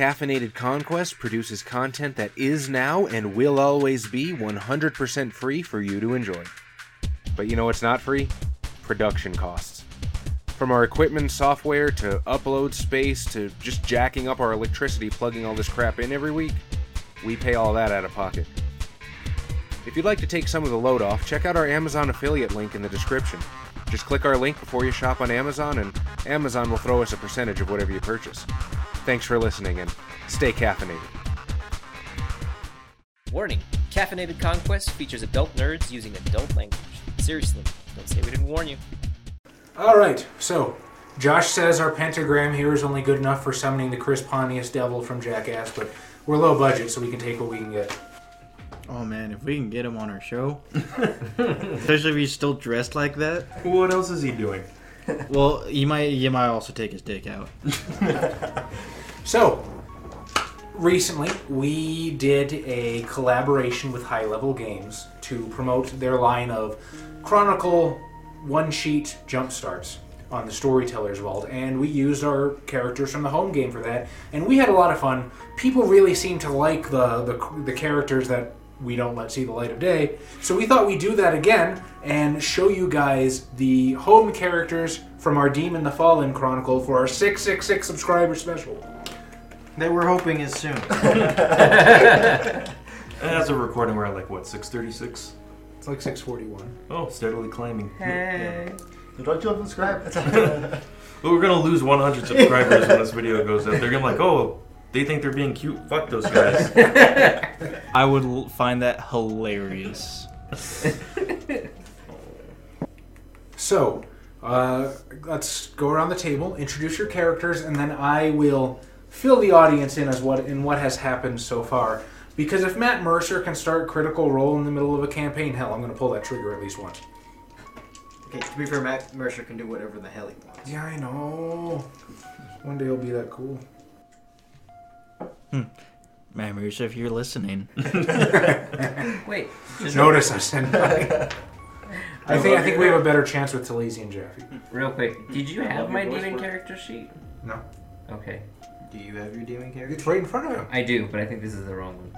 Caffeinated Conquest produces content that is now and will always be 100% free for you to enjoy. But you know what's not free? Production costs. From our equipment, software, to upload space, to just jacking up our electricity, plugging all this crap in every week, we pay all that out of pocket. If you'd like to take some of the load off, check out our Amazon affiliate link in the description. Just click our link before you shop on Amazon, and Amazon will throw us a percentage of whatever you purchase. Thanks for listening, and stay caffeinated. Warning Caffeinated Conquest features adult nerds using adult language. Seriously, don't say we didn't warn you. All right. So, Josh says our pentagram here is only good enough for summoning the Chris Pontius devil from Jackass, but we're low budget, so we can take what we can get. Oh man, if we can get him on our show, especially if he's still dressed like that, What else is he doing? well, you might you might also take his dick out. So, recently we did a collaboration with High Level Games to promote their line of Chronicle one sheet jump starts on the Storyteller's Vault, and we used our characters from the home game for that, and we had a lot of fun. People really seem to like the, the, the characters that we don't let see the light of day, so we thought we'd do that again and show you guys the home characters from our Demon the Fallen Chronicle for our 666 subscriber special. That we're hoping is soon. And that's a recording we're at like what, six thirty six? It's like 641. Oh, steadily climbing. Don't you unsubscribe? But we're gonna lose one hundred subscribers when this video goes up. They're gonna be like, oh, they think they're being cute. Fuck those guys. I would l- find that hilarious. So, uh, let's go around the table, introduce your characters, and then I will fill the audience in as what in what has happened so far. Because if Matt Mercer can start Critical Role in the middle of a campaign, hell, I'm going to pull that trigger at least once. okay, to be fair, Matt Mercer can do whatever the hell he wants. Yeah, I know. One day he'll be that cool. Matt Mercer, if you're listening, Wait, just Notice us. And I think I think we have a better chance with Talese and Jeffy. real quick, did you have my demon character sheet? No, Okay, do you have your demon character? it's right in front of him. I do, but I think this is the wrong one.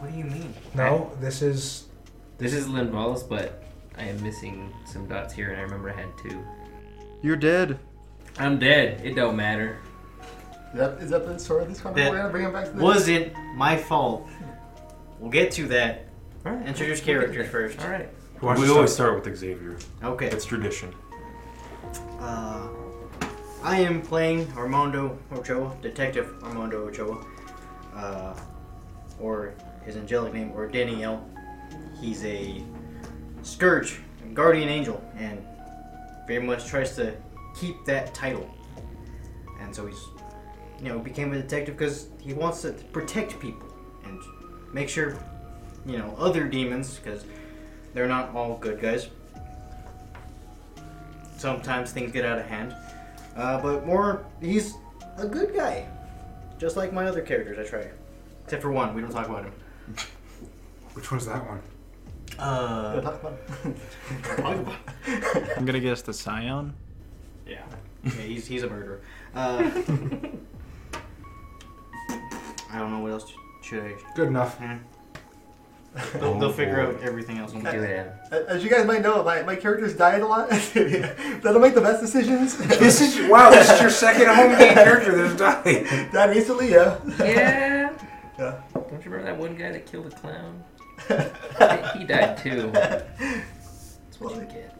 What do you mean? No, this is This is Lynn Wallace, but I am missing some dots here, and I remember I had two. You're dead. I'm dead. It don't matter. Is that, is that the story of this comic? That We're gonna bring him back to this? Wasn't my fault. We'll get to that. All right, Introduce we'll get characters there. first. All right. we always start with Xavier. Okay. It's tradition. Uh, I am playing Armando Ochoa, Detective Armando Ochoa, uh, or his angelic name, or Daniel. He's a scourge, a guardian angel, and very much tries to keep that title. And so he's, you know, became a detective because he wants to protect people and make sure, you know, other demons, because they're not all good guys, sometimes things get out of hand. Uh, but more, he's a good guy, just like my other characters. I try, except for one. We don't talk about him. which one's that one? Uh, Talk about it. I'm gonna guess the Scion. yeah. he's he's a murderer. Uh, I don't know what else should I. Good enough. eh. They'll, they'll figure out everything else. Do it. Adam. As you guys might know, my, my characters died a lot. That'll make the best decisions. This is wow. This is your second home game character that's died. That recently, yeah. Yeah. Yeah. Don't you remember that one guy that killed the clown? he died too. That's what you get.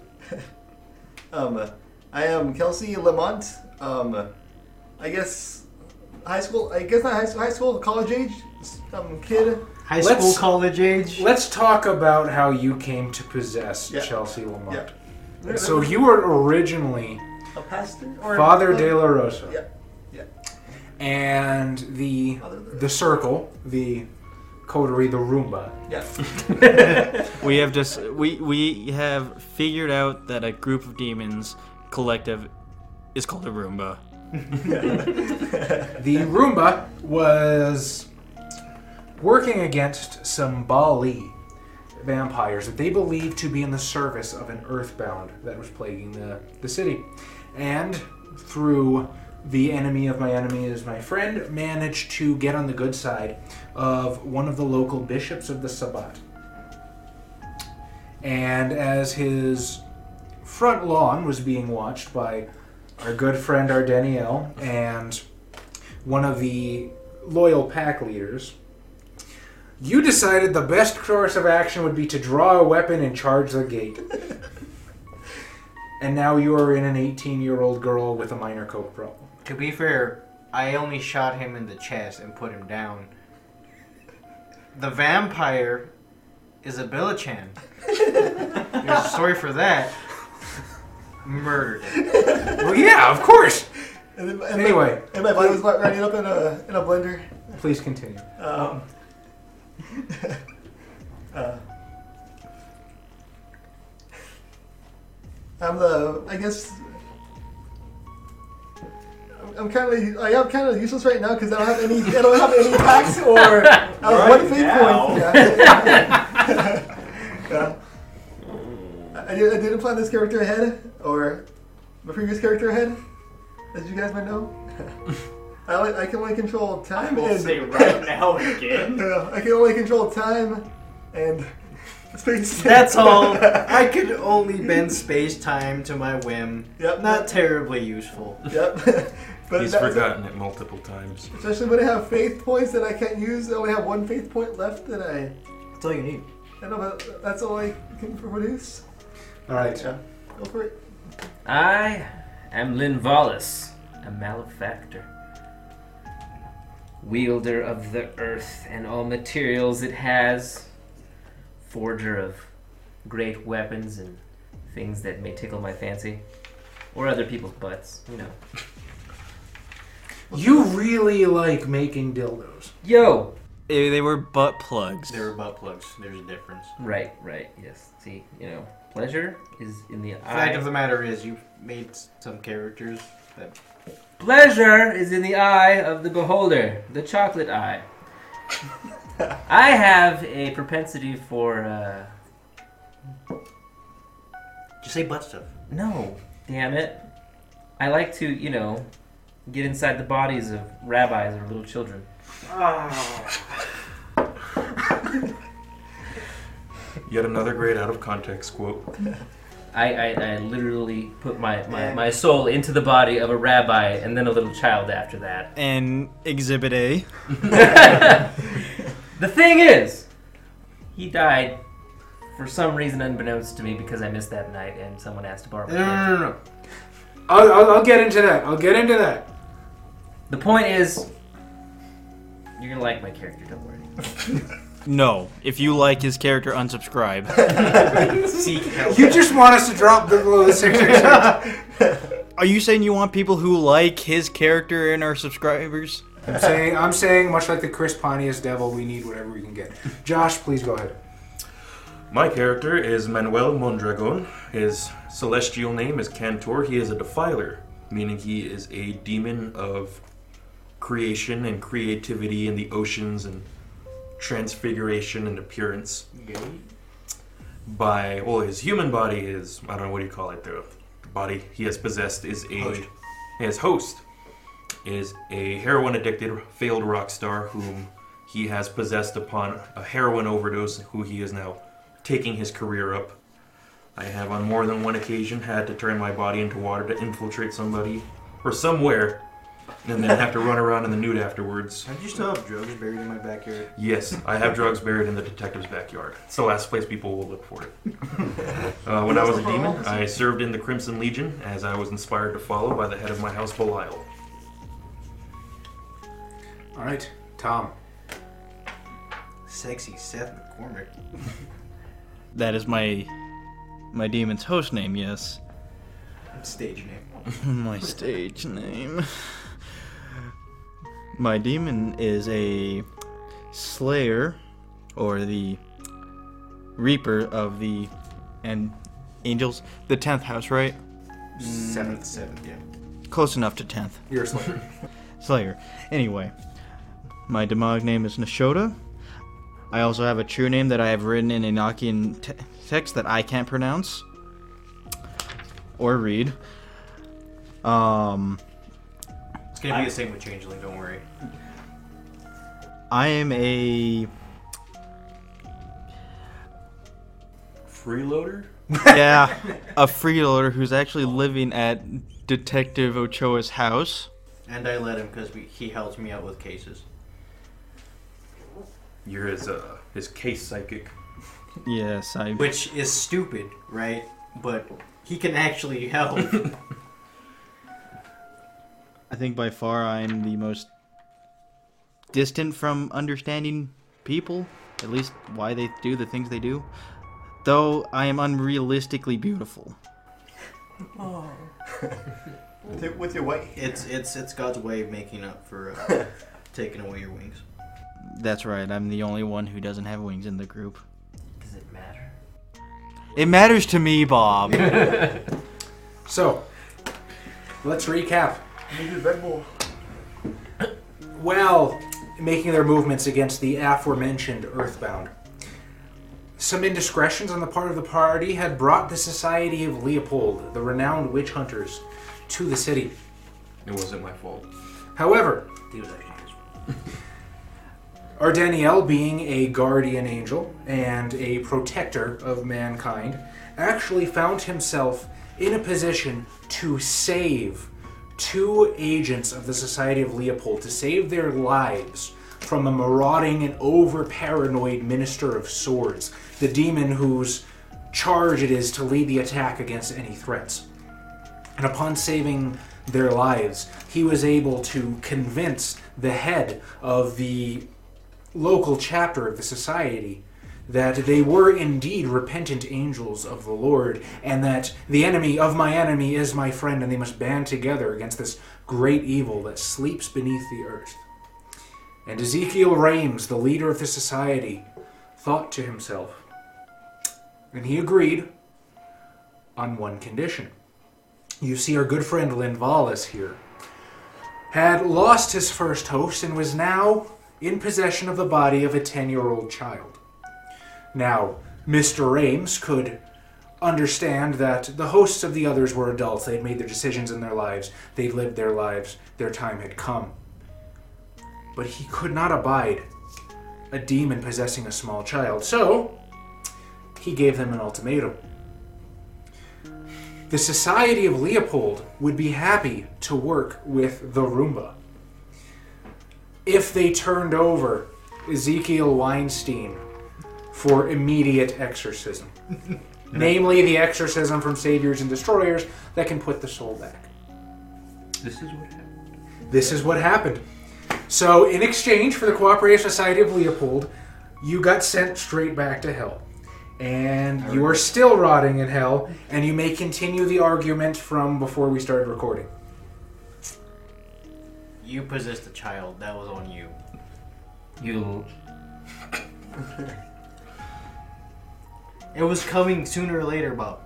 Um, I am Kelsey Lamont. Um, I guess high school. I guess not high school. High school, college age. Um, kid. High Let's- school, college age. Let's talk about how you came to possess Yeah. Chelsea Lamont. Yeah. So you were originally a pastor or Father De La Rosa, Yeah. and the the circle, the coterie, the Roomba. Yeah. We have just we we have figured out that a group of demons collective is called a Roomba. The Roomba was working against some Bali vampires that they believed to be in the service of an earthbound that was plaguing the, the city. And through the enemy of my enemy is my friend, managed to get on the good side of one of the local bishops of the Sabbat. And as his front lawn was being watched by our good friend Ardeniel and one of the loyal pack leaders, you decided the best course of action would be to draw a weapon and charge the gate. and now you are in an 18 year old girl with a minor coke problem. To be fair, I only shot him in the chest and put him down. The vampire is a Billichan. There's a story for that. Murdered. him. well, yeah, of course! And, then- and my- Anyway, and my body was like running up in a in a blender. please continue. Um, uh, I'm the. I guess. I'm- I'm kind of. I am kind of useless right now because I don't have any. I don't have any packs or. I have one Right fate now. point. Yeah. Yeah. I, I did- I didn't plan this character ahead, or my previous character ahead, as you guys might know. I, only- I can only control I time will and say right now again. yeah, I can only control time and space. That's all. I could only bend space time to my whim. Yep. Not terribly useful. Yep. but He's that's- forgotten it multiple times. Especially when I have faith points that I can't use. I only have one faith point left that I. That's all you need. I know, but that's all I can produce. Alright. Yeah. Go for it. I am Linvalis, a malefactor, wielder of the earth and all materials it has, forger of great weapons and things that may tickle my fancy, or other people's butts, you know. You really like making dildos. Yo! They, they were butt plugs. They're butt plugs. There's a difference. Right, right, yes. See, you know, pleasure is in the The fact eye. of the matter is, you made s- some characters that Pleasure is in the eye of the beholder, the chocolate eye. I have a propensity for, uh, just say butt stuff. No, damn it. I like to, you know, get inside the bodies of rabbis or little children. Yet another great out of context quote. I, I, I literally put my, my, my soul into the body of a rabbi and then a little child after that. And Exhibit A. The thing is, he died for some reason unbeknownst to me because I missed that night and someone asked to borrow my No, no, candle. no, no. I'll, I'll, I'll get into that. I'll get into that. The point is, you're gonna like my character, don't worry. No. If you like his character, unsubscribe. Seek help. You just want us to drop below the 666. Are you saying you want people who like his character and are subscribers? I'm saying, I'm saying, much like the Chris Pontius devil, we need whatever we can get. Josh, please go ahead. My character is Manuel Mondragon. His celestial name is Cantor. He is a defiler, meaning he is a demon of creation and creativity in the oceans and transfiguration and appearance. By well, his human body is I don't know what do you call it. The body he has possessed is a his host is a heroin addicted failed rock star whom he has possessed upon a heroin overdose, who he is now taking his career up. I have on more than one occasion had to turn my body into water to infiltrate somebody or somewhere and then have to run around in the nude afterwards. I just still have drugs buried in my backyard. Yes, I have drugs buried in the detective's backyard. It's the last place people will look for it. Uh, when I was a demon, I served in the Crimson Legion as I was inspired to follow by the head of my house, Belial. All right, Tom. Sexy Seth McCormick. That is my my demon's host name, yes. Stage name. My stage name. My demon is a slayer, or the reaper of the and angels. The tenth house, right? Seventh, seventh, yeah. Close enough to tenth. You're a slayer. Slayer. Anyway, my demonic name is Nishota. I also have a true name that I have written in Enochian te- text that I can't pronounce or read. Um, It's gonna be the same with Changeling. Don't worry. I am a Freeloader? yeah, a freeloader who's actually living at Detective Ochoa's house. And I let him because he helps me out with cases. You're his, uh, his case psychic. Yes, I Which is stupid, right? But he can actually help. I think by far I'm the most distant from understanding people, at least why they do the things they do. Though I am unrealistically beautiful. With your- With your white it's it's it's God's way of making up for uh, taking away your wings. That's right, I'm the only one who doesn't have wings in the group. Does it matter? It matters to me, Bob. So, let's recap. needed Red Bull. Well, making their movements against the aforementioned Earthbound. Some indiscretions on the part of the party had brought the Society of Leopold, the renowned witch hunters, to the city. It wasn't my fault. However, He was actually just- Our Danielle, being a guardian angel and a protector of mankind, actually found himself in a position to save two agents of the Society of Leopold, to save their lives from a marauding and over paranoid Minister of Swords, the demon whose charge it is to lead the attack against any threats. And upon saving their lives, he was able to convince the head of the local chapter of the society that they were indeed repentant angels of the Lord, and that the enemy of my enemy is my friend, and they must band together against this great evil that sleeps beneath the earth. And Ezekiel Rames, the leader of the society, thought to himself, and he agreed on one condition. You see, our good friend Linvalis here had lost his first host and was now in possession of the body of a 10 year old child. Now, Mr. Rames could understand that the hosts of the others were adults. They had made their decisions in their lives, they'd lived their lives, their time had come. But he could not abide a demon possessing a small child, so he gave them an ultimatum. The Society of Leopold would be happy to work with the Roomba if they turned over Ezekiel Weinstein for immediate exorcism. Namely, the exorcism from Saviors and Destroyers that can put the soul back. This is what happened. This is what happened. So, in exchange for the Cooperative Society of Leopold, you got sent straight back to hell. And you are still rotting in hell, and you may continue the argument from before we started recording. You possessed a child. That was on you. You It was coming sooner or later, Bob.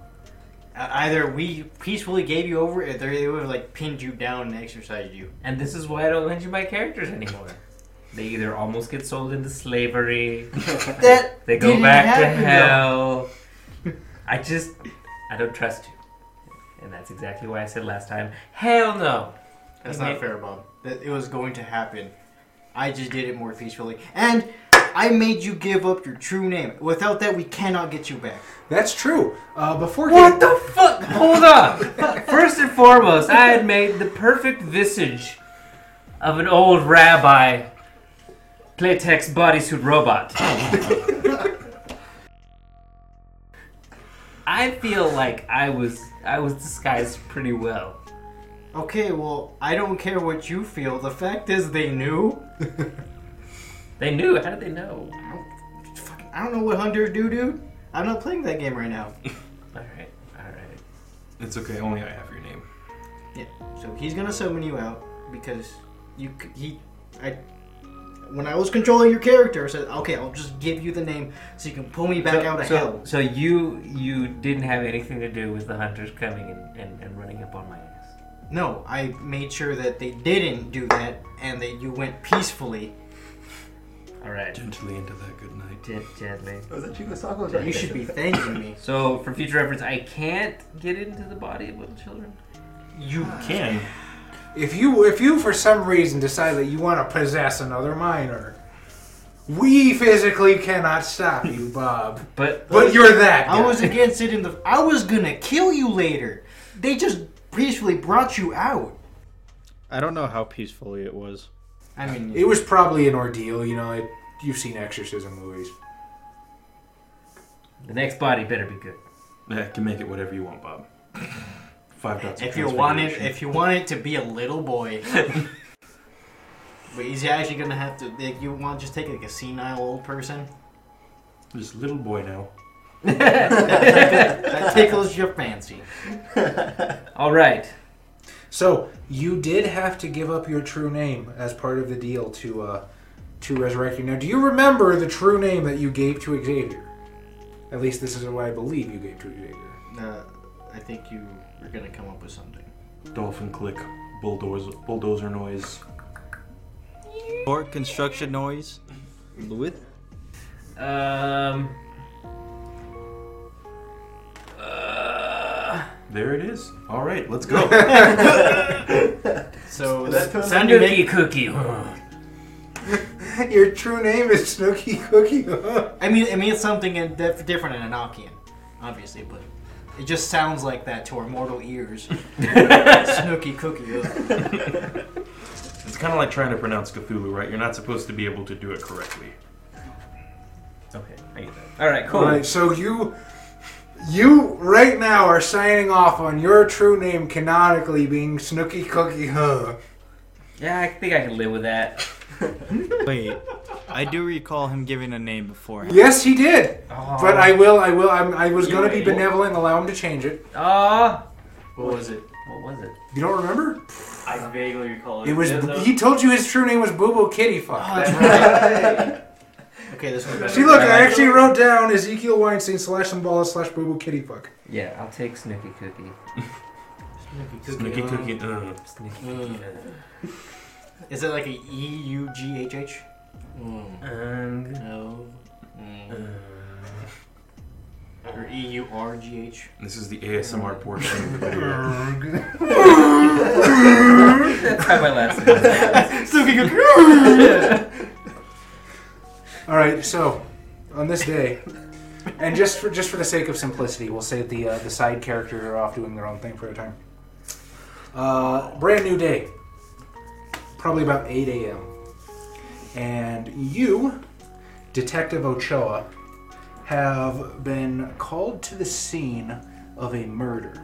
Uh, Either we peacefully gave you over, or they would have like pinned you down and exercised you. and this is why I don't lend you my characters anymore. They either almost get sold into slavery, That they go back to hell. I just I don't trust you. And that's exactly why I said last time, hell no. That's Okay. not fair, Bob. That it was going to happen. I just did it more peacefully, and I made you give up your true name. Without that, we cannot get you back. That's true. Uh, before What the fuck? Hold up. First and foremost, I had made the perfect visage of an old rabbi Playtex bodysuit robot. I feel like I was I was disguised pretty well. Okay, well, I don't care what you feel. The fact is, they knew. They knew. How did they know? Fucking, I don't know what hunters do, dude. I'm not playing that game right now. All right, all right. It's okay, only I have your name. Yeah. So he's gonna summon you out because you c- he I when I was controlling your character, I said, okay, I'll just give you the name so you can pull me back so, out of so, hell. So you you didn't have anything to do with the hunters coming and, and, and running up on my ass. No, I made sure that they didn't do that and that you went peacefully. All right, Gently into that good night. Gent- gently. Was Oh, that Chico Sacco? You should be thanking me. So, for future reference, I can't get into the body of little children. You can. If you if you for some reason decide that you want to possess another minor, we physically cannot stop you, Bob. But But you're that. I guy. was against it in the. I was gonna kill you later. They just peacefully brought you out. I don't know how peaceful it was. I mean, It was probably an ordeal, you know. It, you've seen exorcism movies. the next body better be good. Yeah, can make it whatever you want, Bob. Five dots. of if you want it, transfiguration. if you want it to be a little boy, but he's actually gonna have to. Like, you want to just take like a senile old person Just little boy now. that tickles your fancy. All right. So you did have to give up your true name as part of the deal to uh, to resurrect you. Now, do you remember the true name that you gave to Xavier? At least this is what I believe you gave to Xavier. Uh, I think you were gonna come up with something. Dolphin click, bulldozer, bulldozer noise. Or construction noise. With Um. Uh, There it is. All right, let's go. So Is that that totally- sounded Snooky cookie. huh. Your true name is Snooky Cookie. huh? I mean, it means something in, def- different in Anakian, obviously, but it just sounds like that to our mortal ears. Snooky cookie. ugh. it's kind of like trying to pronounce Cthulhu, right? You're not supposed to be able to do it correctly. Okay, I get that. All right, cool. All right, so you you right now are signing off on your true name canonically being Snooky Cookie. Huh? Yeah, I think I can live with that. wait, I do recall him giving a name beforehand. Yes, he did. Oh. But I will, I will. I'm, I was You going to be ain't. benevolent. Allow him to change it. Ah. What was it? what was it? You don't remember? I vaguely Oh, recall it. It was. Yeah, though- He told you his true name was Bobo Kitty Oh, Fuck. that's right. okay, this one's better. See, look, Oh, I I like actually wrote down Ezekiel Weinstein slash Symbala slash Bobo Kitty Fuck. Yeah, I'll take Snooky Cookie. Snooky Snooky cookie. Uh, Snooky Mm. Cookie. Is it like a E U G H H? uh, Um, No. uh, Mm. Or E U R G H? this is the ASMR portion of the video. that's how my last name. is. All right, so on this day, and just for just for the sake of simplicity, we'll say the uh, the side characters are off doing their own thing for a time. Uh, brand new day, probably about eight a.m. And you, Detective Ochoa, have been called to the scene of a murder.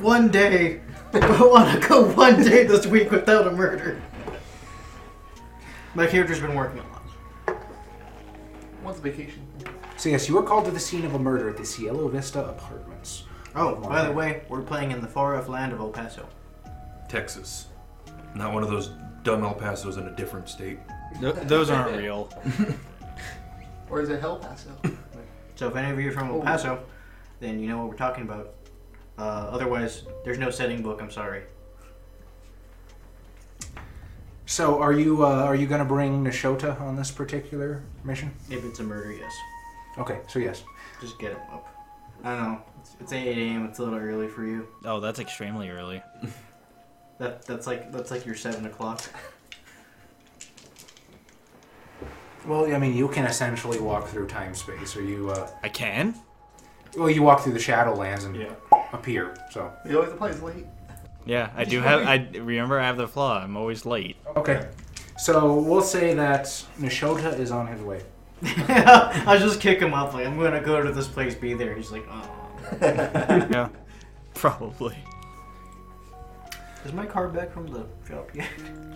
One day. I want to go one day this week without a murder. My character's been working a lot. Once vacation. So yes, you were called to the scene of a murder at the Cielo Vista Apartments. Oh, by the way, we're playing in the far off land of El Paso. Texas. Not one of those dumb El Pasos in a different state. Th- those aren't real. Or is it Hell Paso? So if any of you are from El Paso, then you know what we're talking about. Uh, otherwise, there's no setting book. I'm sorry. So are you uh, are you going to bring Nishota on this particular mission? If it's a murder, yes. Okay, so yes. Just get him up. I don't know. It's, it's 8 a.m. It's a little early for you. Oh, that's extremely early. That that's like that's like your seven o'clock. Well, I mean, you can essentially walk through time space, or you uh, I can. well, you walk through the Shadowlands and appear. So He always applies late. Yeah, I do have. I remember I have the flaw. I'm always late. okay, so we'll say that Nishota is on his way. I just kick him up like I'm gonna go to this place, be there. He's like, oh. yeah, probably. Is my car back from the shop yet?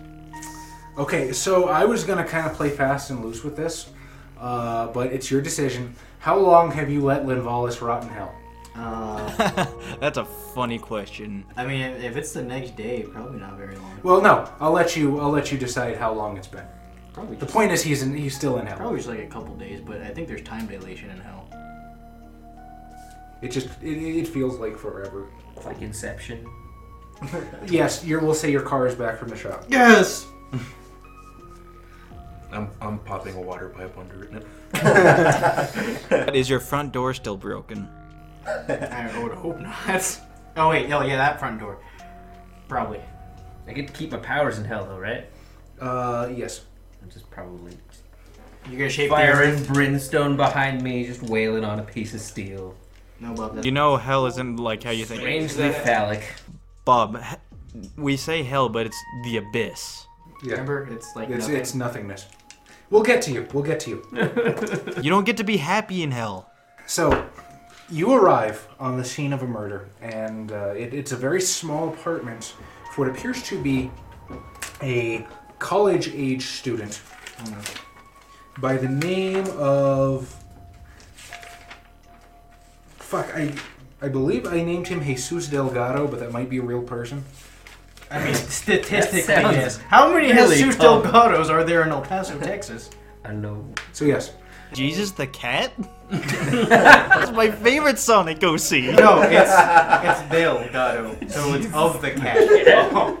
Okay, so I was gonna kind of play fast and loose with this, uh, but it's your decision. How long have you let Linvalis rot in hell? Uh, That's a funny question. I mean, if if it's the next day, probably not very long. Well, no, I'll let you. I'll let you decide how long it's been. Probably The just, point is, he's in, he's still in hell. probably just like a couple days, but I think there's time dilation in hell. It just it, it feels like forever. It's like Inception. Yes, you're, we'll say your car is back from the shop. Yes. I'm, I'm popping a water pipe under it. Is your front door still broken? I would hope not. Oh wait, oh yeah, that front door. Probably. I get to keep my powers in hell, though, right? Uh, yes. I'm just probably You're gonna shape fire the and brimstone behind me, just wailing on a piece of steel. No, Bob. That's You know, hell isn't like how you think. Strangely phallic. Bob, he- we say hell, but it's the abyss. Yeah. remember. It's like It's, nothing. it's nothingness. We'll get to you. We'll get to you. You don't get to be happy in hell. So, you arrive on the scene of a murder, and uh, it, it's a very small apartment for what appears to be a college age student by the name of. Fuck, I, I believe I named him Jesus Delgado, but that might be a real person. I mean, statistically, That sounds yes. How many really Jesus tough. Delgados are there in El Paso, Texas? I know. So, yes. Jesus the cat? That's my favorite Sonic OC. No, it's it's Delgado, so it's of the cat.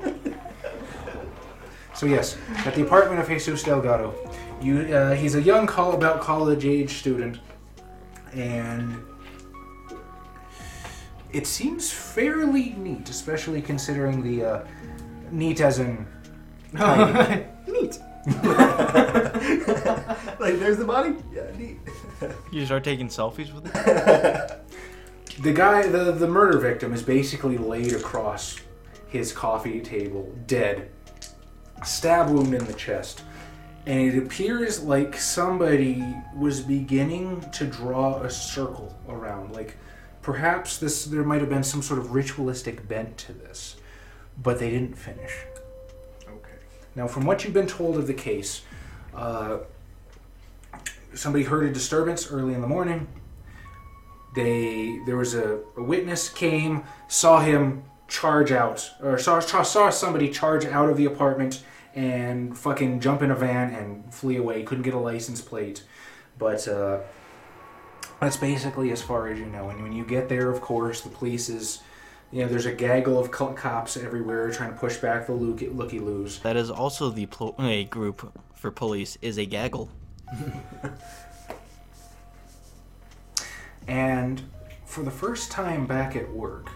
So yes, at the apartment of Jesus Delgado, you uh, he's a young call about college age student, and it seems fairly neat, especially considering the uh, neat as in Oh. Neat. like, there's the body. Yeah, neat. You start taking selfies with it? the guy the the murder victim is basically laid across his coffee table, dead, stab wound in the chest. And it appears like somebody was beginning to draw a circle around. Like perhaps this there might have been some sort of ritualistic bent to this, but they didn't finish. okay. Now, from what you've been told of the case, uh, somebody heard a disturbance early in the morning. They there was a, a witness came, saw him charge out, or saw, saw saw somebody charge out of the apartment and fucking jump in a van and flee away. Couldn't get a license plate, but. Uh, that's basically as far as you know. And when you get there, of course, the police is, you know, there's a gaggle of co- cops everywhere trying to push back the looky looky loos. That is also the pl- a group for police is a gaggle. and for the first time back at work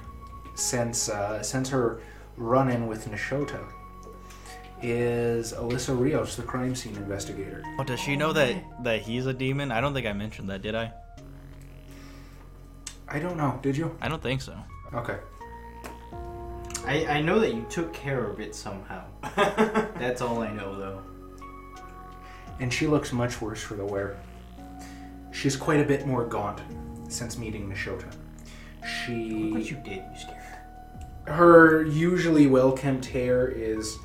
since uh, since her run-in with Nishota is Alyssa Rios, the crime scene investigator. Oh, does she know that that he's a demon? I don't think I mentioned that, did I? I don't know. Did you? I don't think so. Okay. I, I know that you took care of it somehow. That's all I know, though. And she looks much worse for the wear. She's quite a bit more gaunt since meeting Nishota. What She you did, you scared. her. her usually well-kempt hair is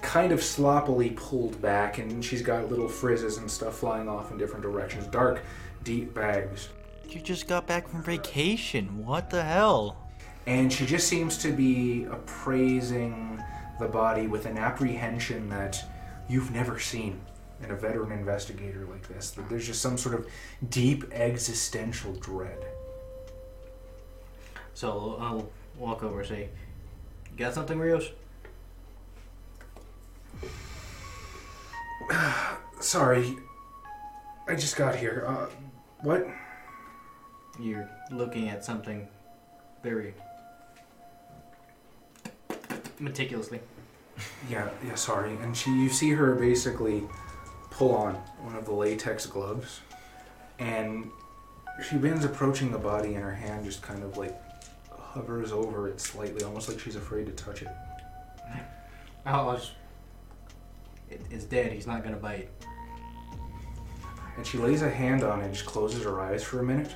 kind of sloppily pulled back and she's got little frizzes and stuff flying off in different directions, dark, deep bags. You just got back from vacation. What the hell? and she just seems to be appraising the body with an apprehension that you've never seen in a veteran investigator like this. That there's just some sort of deep existential dread. So I'll- I'll walk over and say, "You got something, Rios?" Sorry, I just got here. Uh, what? You're looking at something very meticulously. Yeah, yeah. Sorry. And she, you see her basically pull on one of the latex gloves, and she begins approaching the body, and her hand just kind of like hovers over it slightly, almost like she's afraid to touch it. Oh, it's, it, it's dead. He's not gonna bite. and she lays a hand on it and just closes her eyes for a minute.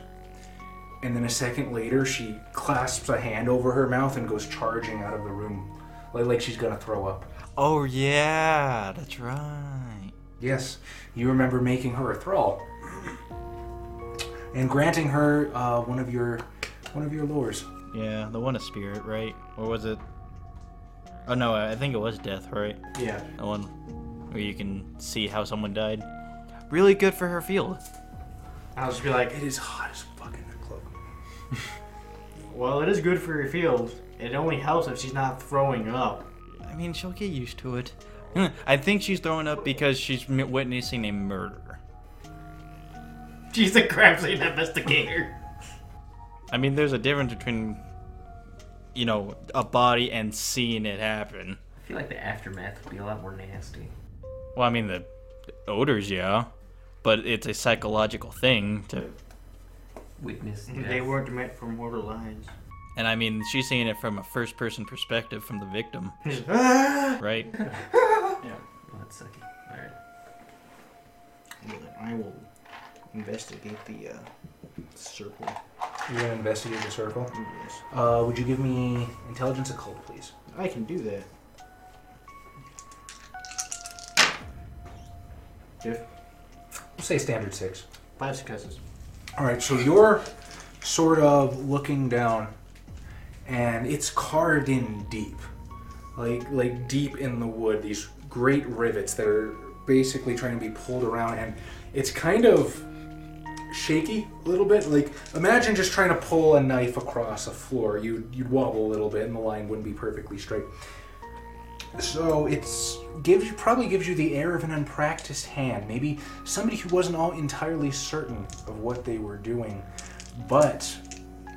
And then a second later, she clasps a hand over her mouth and goes charging out of the room, like, like she's gonna throw up. Oh yeah, that's right. Yes, you remember making her a thrall and granting her uh, one of your one of your lures. Yeah, the one of spirit, right? Or was it? Oh no, I think it was death, right? Yeah. The one where you can see how someone died. Really good for her field. I'll just be like, It is hot as fuck in that cloak. "Well, it is good for your field. It only helps if she's not throwing up." I mean, she'll get used to it. I think she's throwing up because she's m- witnessing a murder. She's a crime scene investigator. I mean, there's a difference between, you know, a body and seeing it happen. I feel like the aftermath would be a lot more nasty. Well, I mean the the odors, yeah, but it's a psychological thing to. Witness They death. weren't meant for mortal lives. And I mean, she's seeing it from a first-person perspective from the victim, right? Oh, that's sucky. All right. Well, then I will investigate the uh, circle. You're gonna investigate the circle. Yes. Uh, would you give me intelligence occult, please? I can do that. We'll say standard six. Five successes. All right, so you're sort of looking down, and it's carved in deep, like like deep in the wood. These great rivets that are basically trying to be pulled around, and it's kind of shaky a little bit. Like imagine just trying to pull a knife across a floor. You you'd wobble a little bit, and the line wouldn't be perfectly straight. So it's gives you probably gives you the air of an unpracticed hand, maybe somebody who wasn't all entirely certain of what they were doing, but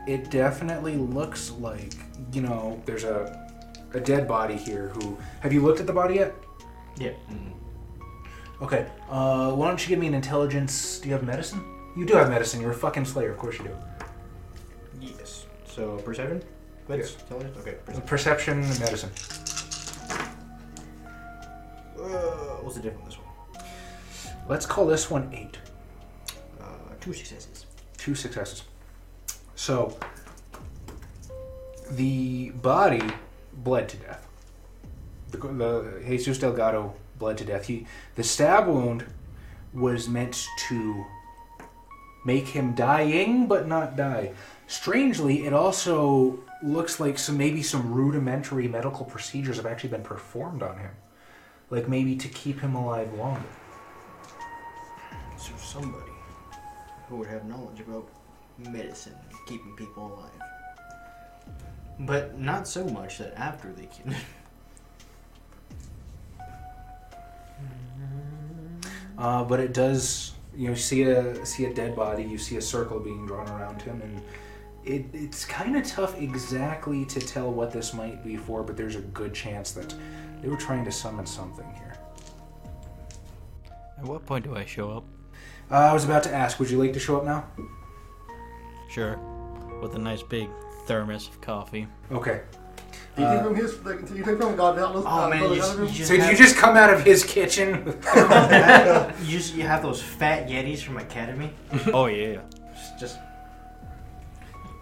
it definitely looks like you know there's a a dead body here. Who have you looked at the body yet? Yeah. Okay, uh, why don't you give me an intelligence? Do you have medicine? You do have medicine. You're a fucking slayer, of course you do. Yes. So perception. Yes. Tell us. Okay. Perception. Perception, and medicine. Uh, what's the difference on this one? Let's call this one eight. Uh, two successes. two successes. So the body bled to death. The, the Jesus Delgado bled to death. He the stab wound was meant to make him dying, but not die. Strangely, it also looks like some maybe some rudimentary medical procedures have actually been performed on him, like maybe to keep him alive longer. So somebody who would have knowledge about medicine, and keeping people alive. But not so much that after they kill. Uh, but it does. You know, see a see a dead body. You see a circle being drawn around him, and it, it's kind of tough exactly to tell what this might be for. But there's a good chance that they were trying to summon something here. At what point do I show up? Uh, I was about to ask. Would you like to show up now? Sure, with a nice big thermos of coffee. Okay. Do you take from his? Like, do you take from Uh, God? Help us. Uh, oh man, you, God, just, you, just So did you have, just come out of his kitchen? you just you have those fat Yetis from Academy. oh yeah. Just,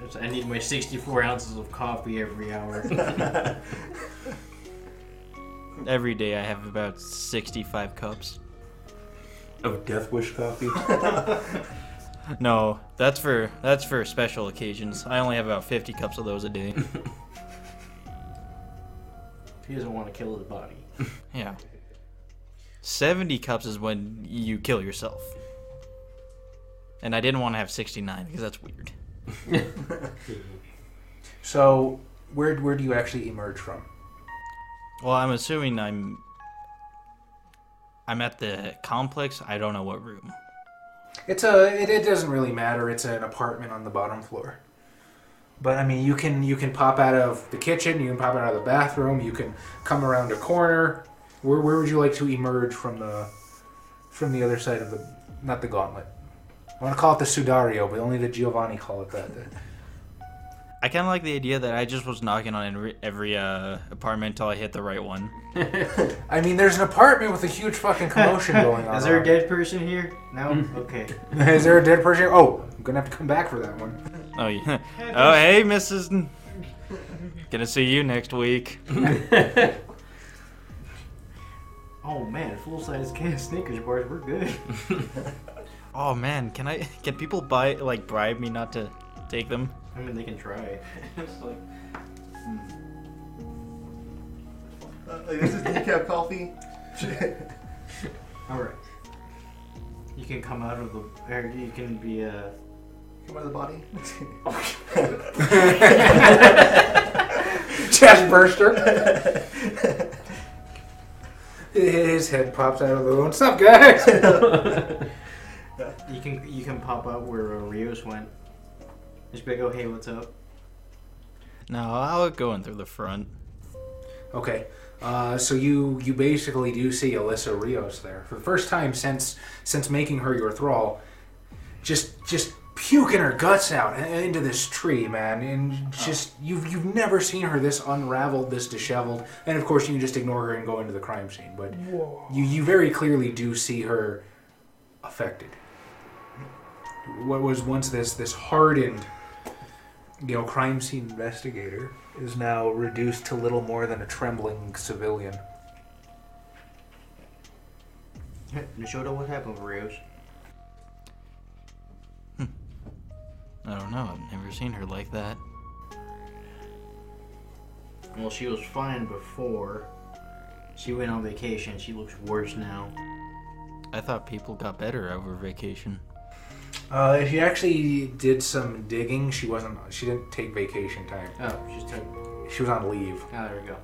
just I need my 64 ounces of coffee every hour. Every day I have about 65 cups. Of Death Wish coffee? No, that's for that's for special occasions. I only have about 50 cups of those a day. he doesn't want to kill his body. Yeah. 70 cups is when you kill yourself. And I didn't want to have 69 because that's weird. so where where do you actually emerge from? Well, I'm assuming I'm I'm at the complex. I don't know what room. It's a. It, it doesn't really matter. It's an apartment on the bottom floor. But I mean, you can you can pop out of the kitchen. You can pop out of the bathroom. You can come around a corner. Where where would you like to emerge from the from the other side of the not the gauntlet? I want to call it the Sudario, but only the Giovanni call it that. I kind of like the idea that I just was knocking on every- every uh, apartment until I hit the right one. I mean, there's an apartment with a huge fucking commotion going on. Is there a dead person here? No. Okay. dead? Is there a dead person? Oh, I'm gonna have to come back for that one. Oh yeah. Oh hey, Mrs. N- Gonna see you next week. Oh man, full size can of Snickers bars. We're good. Oh man, can I? Can people buy like bribe me not to take them? I mean, they can try. It's like, Uh, like, this is decaf coffee. All right. You can come out of the. Or you can be uh Come out of the body. Chest burster. His head pops out of the room. What's up, guys? You can you can pop out where uh, Rios went. Just be like, oh hey, what's up? No, I'll go in through the front. Okay. Uh, so you you basically do see Alyssa Rios there for the first time since since making her your thrall, just just puking her guts out i- into this tree, man, and just you've you've never seen her this unraveled, this disheveled, and of course you can just ignore her and go into the crime scene, but you you very clearly do see her affected. What was once this this hardened, you know, crime scene investigator is now reduced to little more than a trembling civilian. Nishoda, what happened with Rios? I don't know. I've never seen her like that. Well, she was fine before. She went on vacation. She looks worse now. I thought people got better over vacation. Uh, she actually did some digging. She wasn't. She didn't take vacation time. Oh, she's took. Oh, She was on leave, there we go.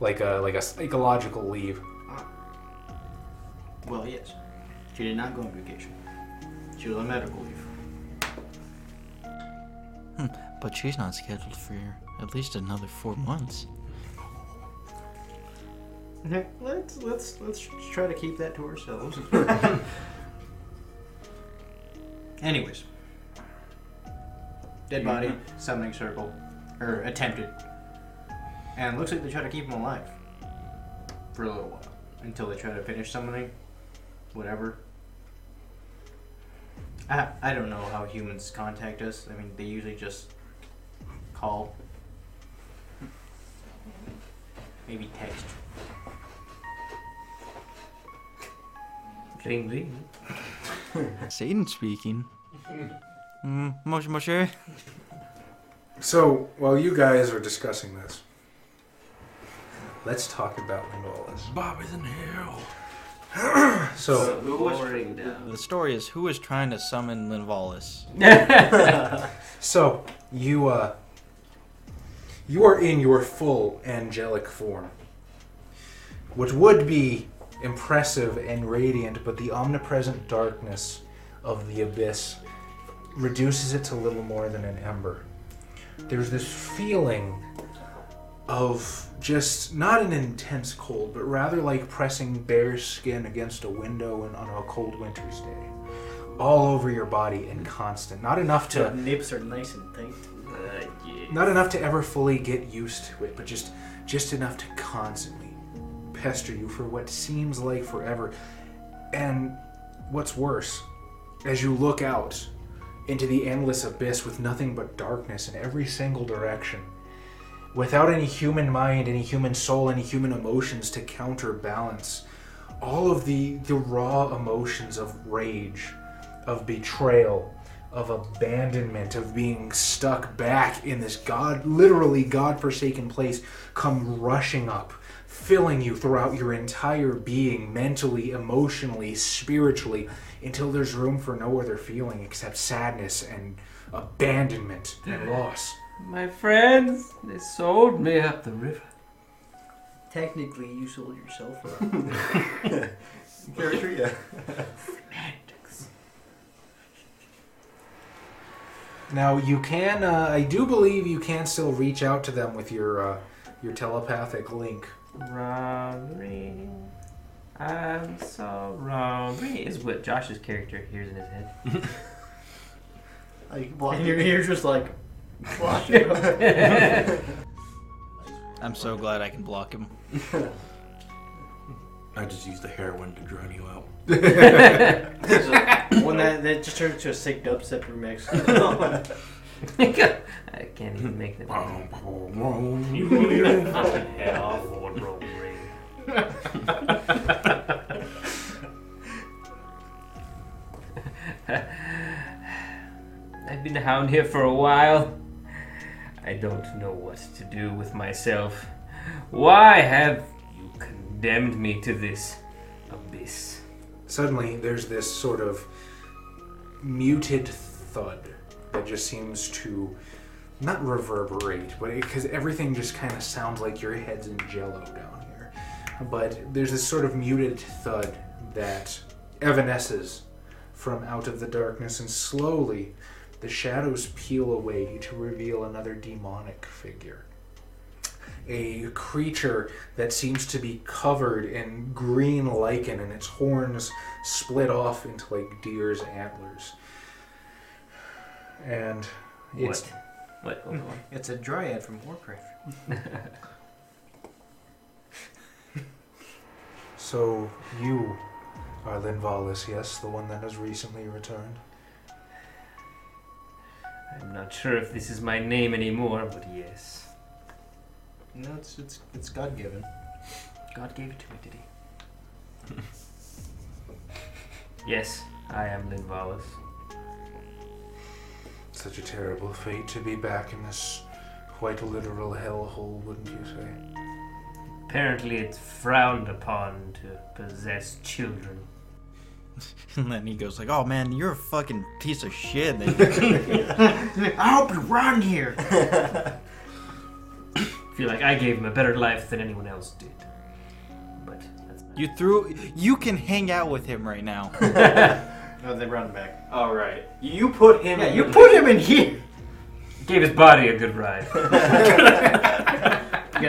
like a like a psychological leave. Well, yes. She did not go on vacation. She was on medical leave. But she's not scheduled for at least another four months. Let's let's let's try to keep that to ourselves. Anyways, dead body summoning circle, or attempted, and looks like they try to keep him alive for a little while until they try to finish summoning, whatever. I I don't know how humans contact us. I mean, they usually just call, maybe text. Bling, bling. Satan speaking. Mm, Moshe, Moshe. So while you guys are discussing this, let's talk about Lingolas. Bob is in hell. So Who was Boring down. The story is who is trying to summon Linvalis? so you uh you are in your full angelic form, which would be impressive and radiant, but the omnipresent darkness of the abyss reduces it to little more than an ember. There's this feeling of just not an intense cold, but rather like pressing bare skin against a window and on a cold winter's day. All over your body and constant. Not enough to nips are nice and tight. Uh, yeah. not enough to ever fully get used to it, but just just enough to constantly pester you for what seems like forever. And what's worse, as you look out into the endless abyss with nothing but darkness in every single direction, without any human mind, any human soul, any human emotions to counterbalance all of the the raw emotions of rage, of betrayal, of abandonment, of being stuck back in this god literally god-forsaken place come rushing up, filling you throughout your entire being, mentally, emotionally, spiritually, until there's room for no other feeling except sadness and abandonment and loss. My friends, they sold me up the river. Technically, you sold yourself. Character, yeah. Now you can, uh, I do believe you can still reach out to them with your uh, your telepathic link. Robbery. I'm so robbery is what Josh's character hears in his head. Like, walk and you're, you're just like, walk it. I'm so glad I can block him. I just used the heroin to drown you out. when that, that just turns to a sick dubstep remix. I can't even make Oh, that. hell, robbery. I've been down here for a while. I don't know what to do with myself. Why have you condemned me to this abyss? Suddenly, there's this sort of muted thud that just seems to not reverberate, but because everything just kind of sounds like your head's in jello down here. But there's this sort of muted thud that evanesces from out of the darkness, and slowly the shadows peel away to reveal another demonic figure. a creature that seems to be covered in green lichen and its horns split off into like deer's antlers. And it's What? What? Hold on. It's a dryad from Warcraft. so you are Linvalis, yes, the one that has recently returned. I'm not sure if this is my name anymore, but yes. No, it's it's it's God given. God gave it to me, did he? yes, I am Linvalis. Such a terrible fate to be back in this quite literal hellhole, wouldn't you say? Apparently, it's frowned upon to possess children. And then he goes like, "Oh man, you're a fucking piece of shit." Then I hope you're wrong here. I feel like I gave him a better life than anyone else did. But that's not. you threw. You can hang out with him right now. No, they brought him back. All right, you put him. Yeah, you put him in here. Gave his body a good ride. You're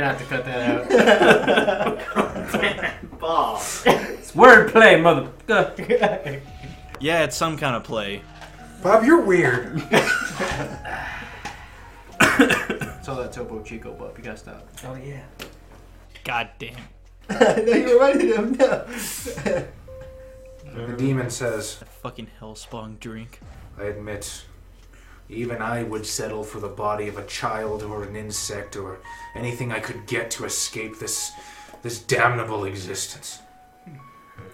gonna have to cut that out. Ball. it's wordplay, mother. Uh, yeah, it's some kind of play. Bob, you're weird. Saw that Topo Chico buff. You gotta stop. oh yeah. God damn. no, you reminded him. No. the demon says, That fucking hellspawn drink. I admit, even I would settle for the body of a child or an insect or anything I could get to escape this this damnable existence.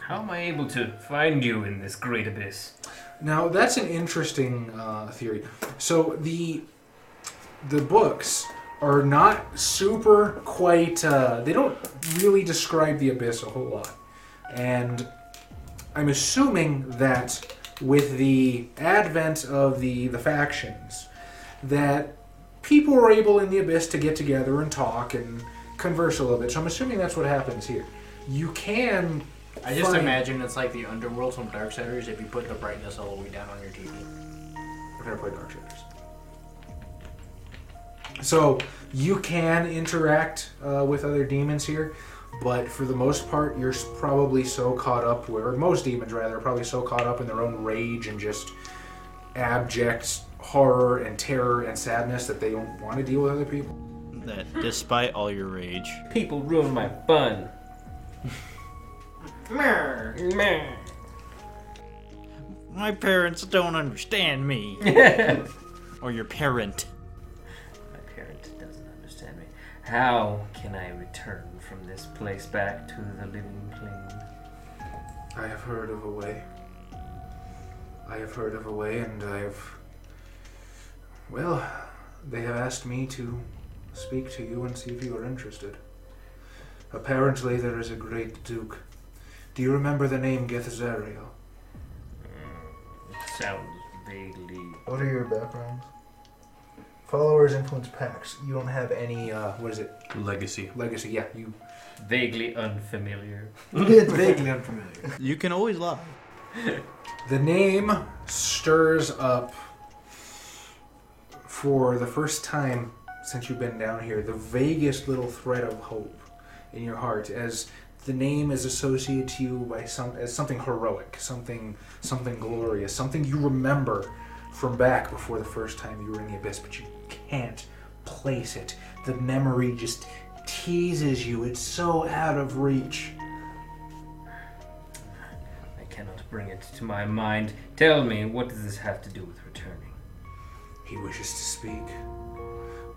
How am I able to find you in this great abyss? Now that's an interesting uh, theory. So the the books are not super quite. Uh, they don't really describe the abyss a whole lot, and I'm assuming that with the advent of the the factions, that people were able in the abyss to get together and talk and converse a little bit. So I'm assuming that's what happens here. You can. I just find- imagine it's like the underworld from Darksiders if you put the brightness all the way down on your TV. I've never played Dark Shadows. So you can interact uh, with other demons here, but for the most part, you're s- probably so caught up, where or most demons rather, are probably so caught up in their own rage and just abject horror and terror and sadness that they don't want to deal with other people. That despite all your rage, People ruin my fun. my parents don't understand me. or your parent. My parent doesn't understand me. How can I return from this place back to the living plane? I have heard of a way. I have heard of a way, and I have. Well, they have asked me to speak to you and see if you are interested. Apparently, there is a great duke. Do you remember the name Gethzariel? Sounds vaguely. What are your backgrounds? Followers influence packs. You don't have any. Uh, what is it? Legacy. Legacy, yeah, you. vaguely unfamiliar. it's vaguely unfamiliar. You can always lie. The name stirs up, for the first time since you've been down here, the vaguest little thread of hope in your heart as the name is associated to you by some as something heroic, something something glorious, something you remember from back before the first time you were in the abyss, but you can't place it. The memory just teases you. It's so out of reach. I cannot bring it to my mind. Tell me, what does this have to do with returning? He wishes to speak.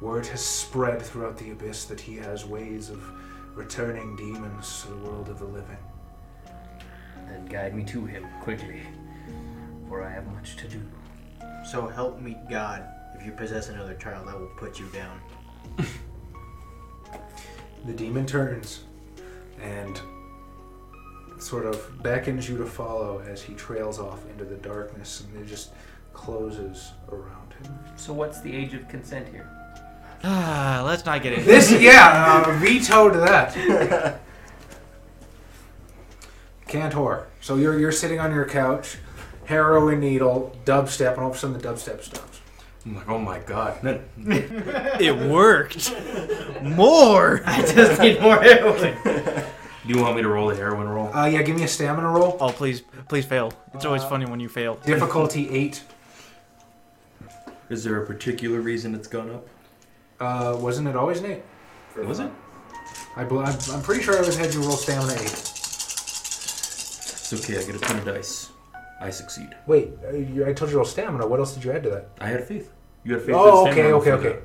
Word has spread throughout the abyss that he has ways of returning demons to the world of the living. Then guide me to him quickly, for I have much to do. So help me God, if you possess another child, I will put you down. The demon turns and sort of beckons you to follow as he trails off into the darkness and it just closes around him. So, what's the age of consent here? Ah, let's not get into This, yeah, uh, vetoed that. Cantor. So you're, you're sitting on your couch, harrow and needle, dubstep, and all of a sudden the dubstep stops. I'm like, oh my god. That- It worked. More. I just need more heroin. do you want me to roll a heroin roll? Uh, yeah, give me a stamina roll. Oh, please, please fail. It's Uh, always funny when you fail. Difficulty eight. Is there a particular reason it's gone up? Uh, wasn't it always an eight? Was it? I bel I'm, I'm pretty sure I always had you roll stamina eight. It's okay, I get a ton of dice. I succeed. Wait, uh, you, I told you to roll stamina. What else did you add to that? I had faith. You had faith. Oh, in the okay, stamina okay, for okay.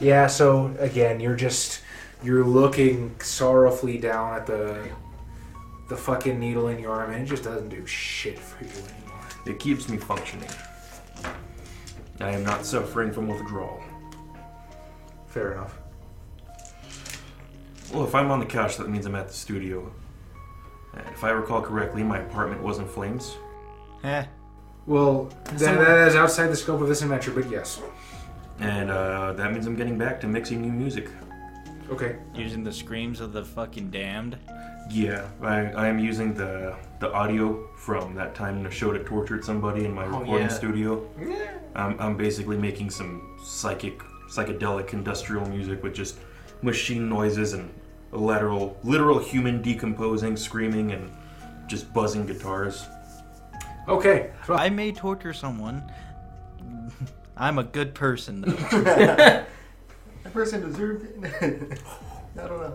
Yeah. So again, you're just you're looking sorrowfully down at the the fucking needle in your arm, and it just doesn't do shit for you anymore. that. It keeps me functioning. I am not suffering from withdrawal. Fair enough. Well, if I'm on the couch, that means I'm at the studio. And if I recall correctly, my apartment was in flames. Eh. Well, that, that is outside the scope of this adventure, but yes. And uh, that means I'm getting back to mixing new music. Okay. Using the screams of the fucking damned. Yeah, I, I am using the the audio from that time Nashoda tortured somebody in my recording Oh, yeah. studio. I'm, I'm basically making some psychic, psychedelic industrial music with just machine noises and lateral, literal human decomposing, screaming, and just buzzing guitars. Okay. So I may torture someone. I'm a good person though. That person deserved it. I don't know.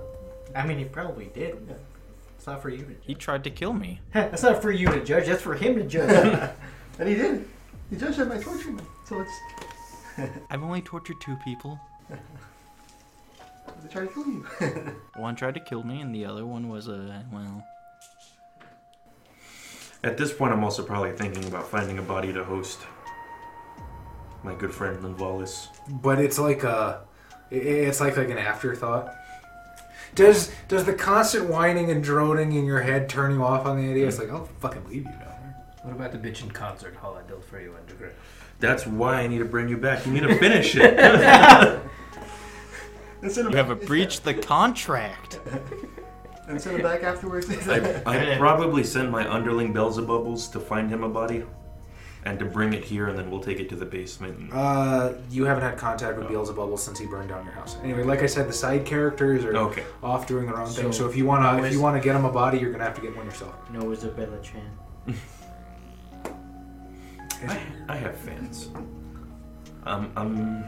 I mean, he probably did. It's not for you to. he tried to kill me. That's not for you to judge. That's for him to judge. And he did. He judged that by torturing me. So it's I've only tortured two people. they try to kill you. One tried to kill me, and the other one was a well. At this point, I'm also probably thinking about finding a body to host. My good friend Linvalis. but it's like a i- it's like like an afterthought does does the constant whining and droning in your head turn you off on the idea it's like i'll fucking leave you down there What about the bitchin' concert hall I built for you underground? That's why I need to bring you back. You need to finish it. Instead of, You have breached the contract. instead of back afterwards. I, I probably sent my underling Belzebubles to find him a body and to bring it here, and then we'll take it to the basement. and- uh you haven't had contact with beelzebubble since he burned down your house anyway like i said the side characters are Okay. off doing their own thing So, so if you want to if always- you want to get him a body you're gonna have to get one yourself no Isabella Chan. I, I have fans. Um, um,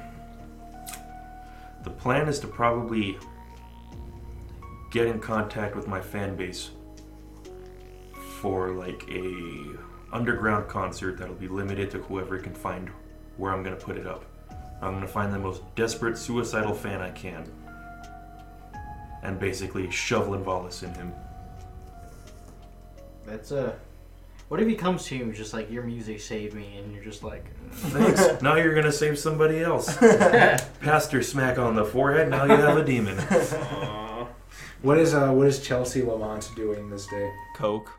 the plan is to probably get in contact with my fan base for like a underground concert that'll be limited to whoever can find where I'm gonna put it up. I'm gonna find the most desperate suicidal fan I can, and basically shovel Invalis in him. That's Uh, what if he comes to you and just like your music saved me, and you're just like, Thanks. now you're gonna save somebody else. Pastor smack on the forehead. Now you have a demon. what is uh what is chelsea lamont doing this day Coke.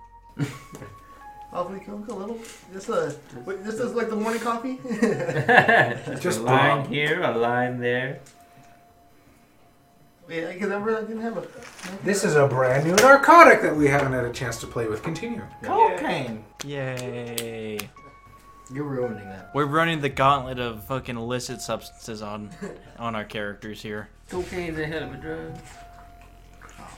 Awfully come a little. This uh, wait, this is like the morning coffee. Just Just a line here, a line there. yeah, because I really didn't have a. this is a brand new narcotic that we haven't had a chance to play with continue cocaine. Yay. You're ruining that. We're running the gauntlet of fucking illicit substances on on our characters here. Cocaine's a hell of a drug.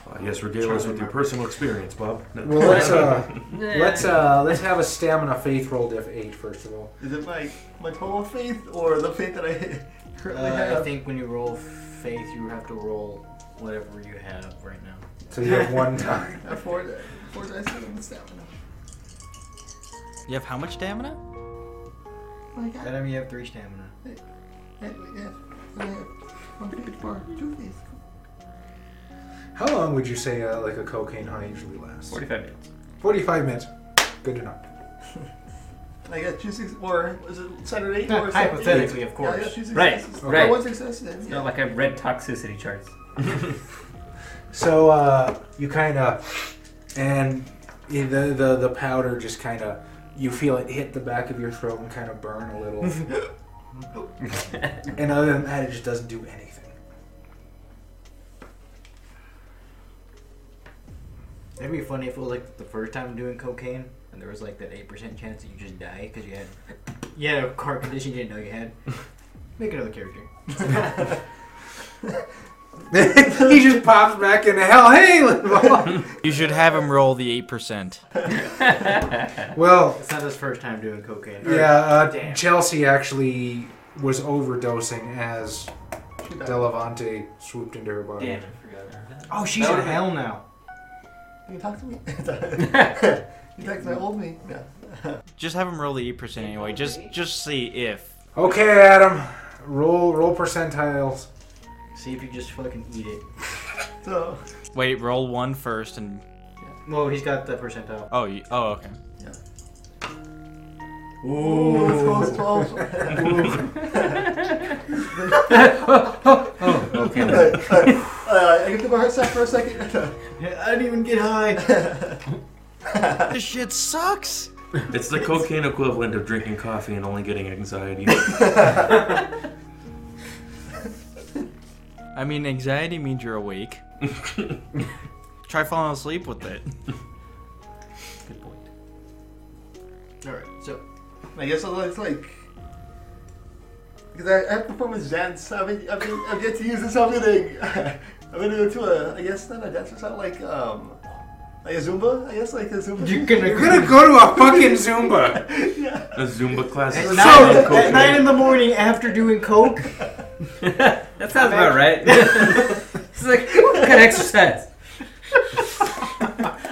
Uh, yes, regale us with your personal experience, Bob. No. well let's uh Nah. Let's uh let's have a stamina faith roll diff eight first of all. Is it my my total faith or the faith that I currently Uh, I have? think when you roll faith, you have to roll whatever you have right now. So you have one time. I have four, four dice and the stamina. You have how much stamina? Like I, That time you have three stamina. I, yeah, I have one faith for two faith. How long would you say uh, like a cocaine high usually lasts? 45 minutes. Forty-five minutes. Good to know. And I got two six or was it Saturday? No, or hypothetically, Saturday? of course. Yeah, I got two successes. Right, I got right. one success then. It's Yeah. not like I've read toxicity charts. So uh, you kind of and the, the the powder just kind of you feel it hit the back of your throat and kind of burn a little. and other than that, it just doesn't do anything. It'd be funny if it was like the first time doing cocaine, and there was like that eight percent chance that you just die because you had You had a car condition you didn't know you had. Make another character. he just pops back into hell. Hey, Linval. You should have him roll the 8%. well, It's not his first time doing cocaine. Or- yeah. Uh, Damn. Chelsea actually was overdosing as She died. Delavante swooped into her body. Damn, I forgot about that. Oh, she's That in would've hell now. Can you talk to me? you talk to my old me? Yeah. Just have him roll the 8% anyway. Just just see if. Okay, Adam. Roll roll percentiles. See if you just fucking eat it. So, Wait, roll one first and. Well, he's got the percentile. Oh, you, oh okay. ooh, it's 12. 12. Okay. Alright, alright. Uh, I get to my heart stop for a second. I didn't even get high. This shit sucks! It's the cocaine equivalent of drinking coffee and only getting anxiety. I mean, anxiety means you're awake. Try falling asleep with it. Good point. Alright, so. I guess it looks like. Because I, I have performance dance, I've, been, I've, been, I've yet to use this. I'm gonna, I'm gonna go to a, I guess not a dance, it's not like um, like a Zumba, I guess like a Zumba. You're gonna You're gonna go to a fucking Zumba. yeah. A Zumba class. At, is nine, not at cocaine. nine in the morning after doing coke? that sounds about right. it's like, what kind of exercise?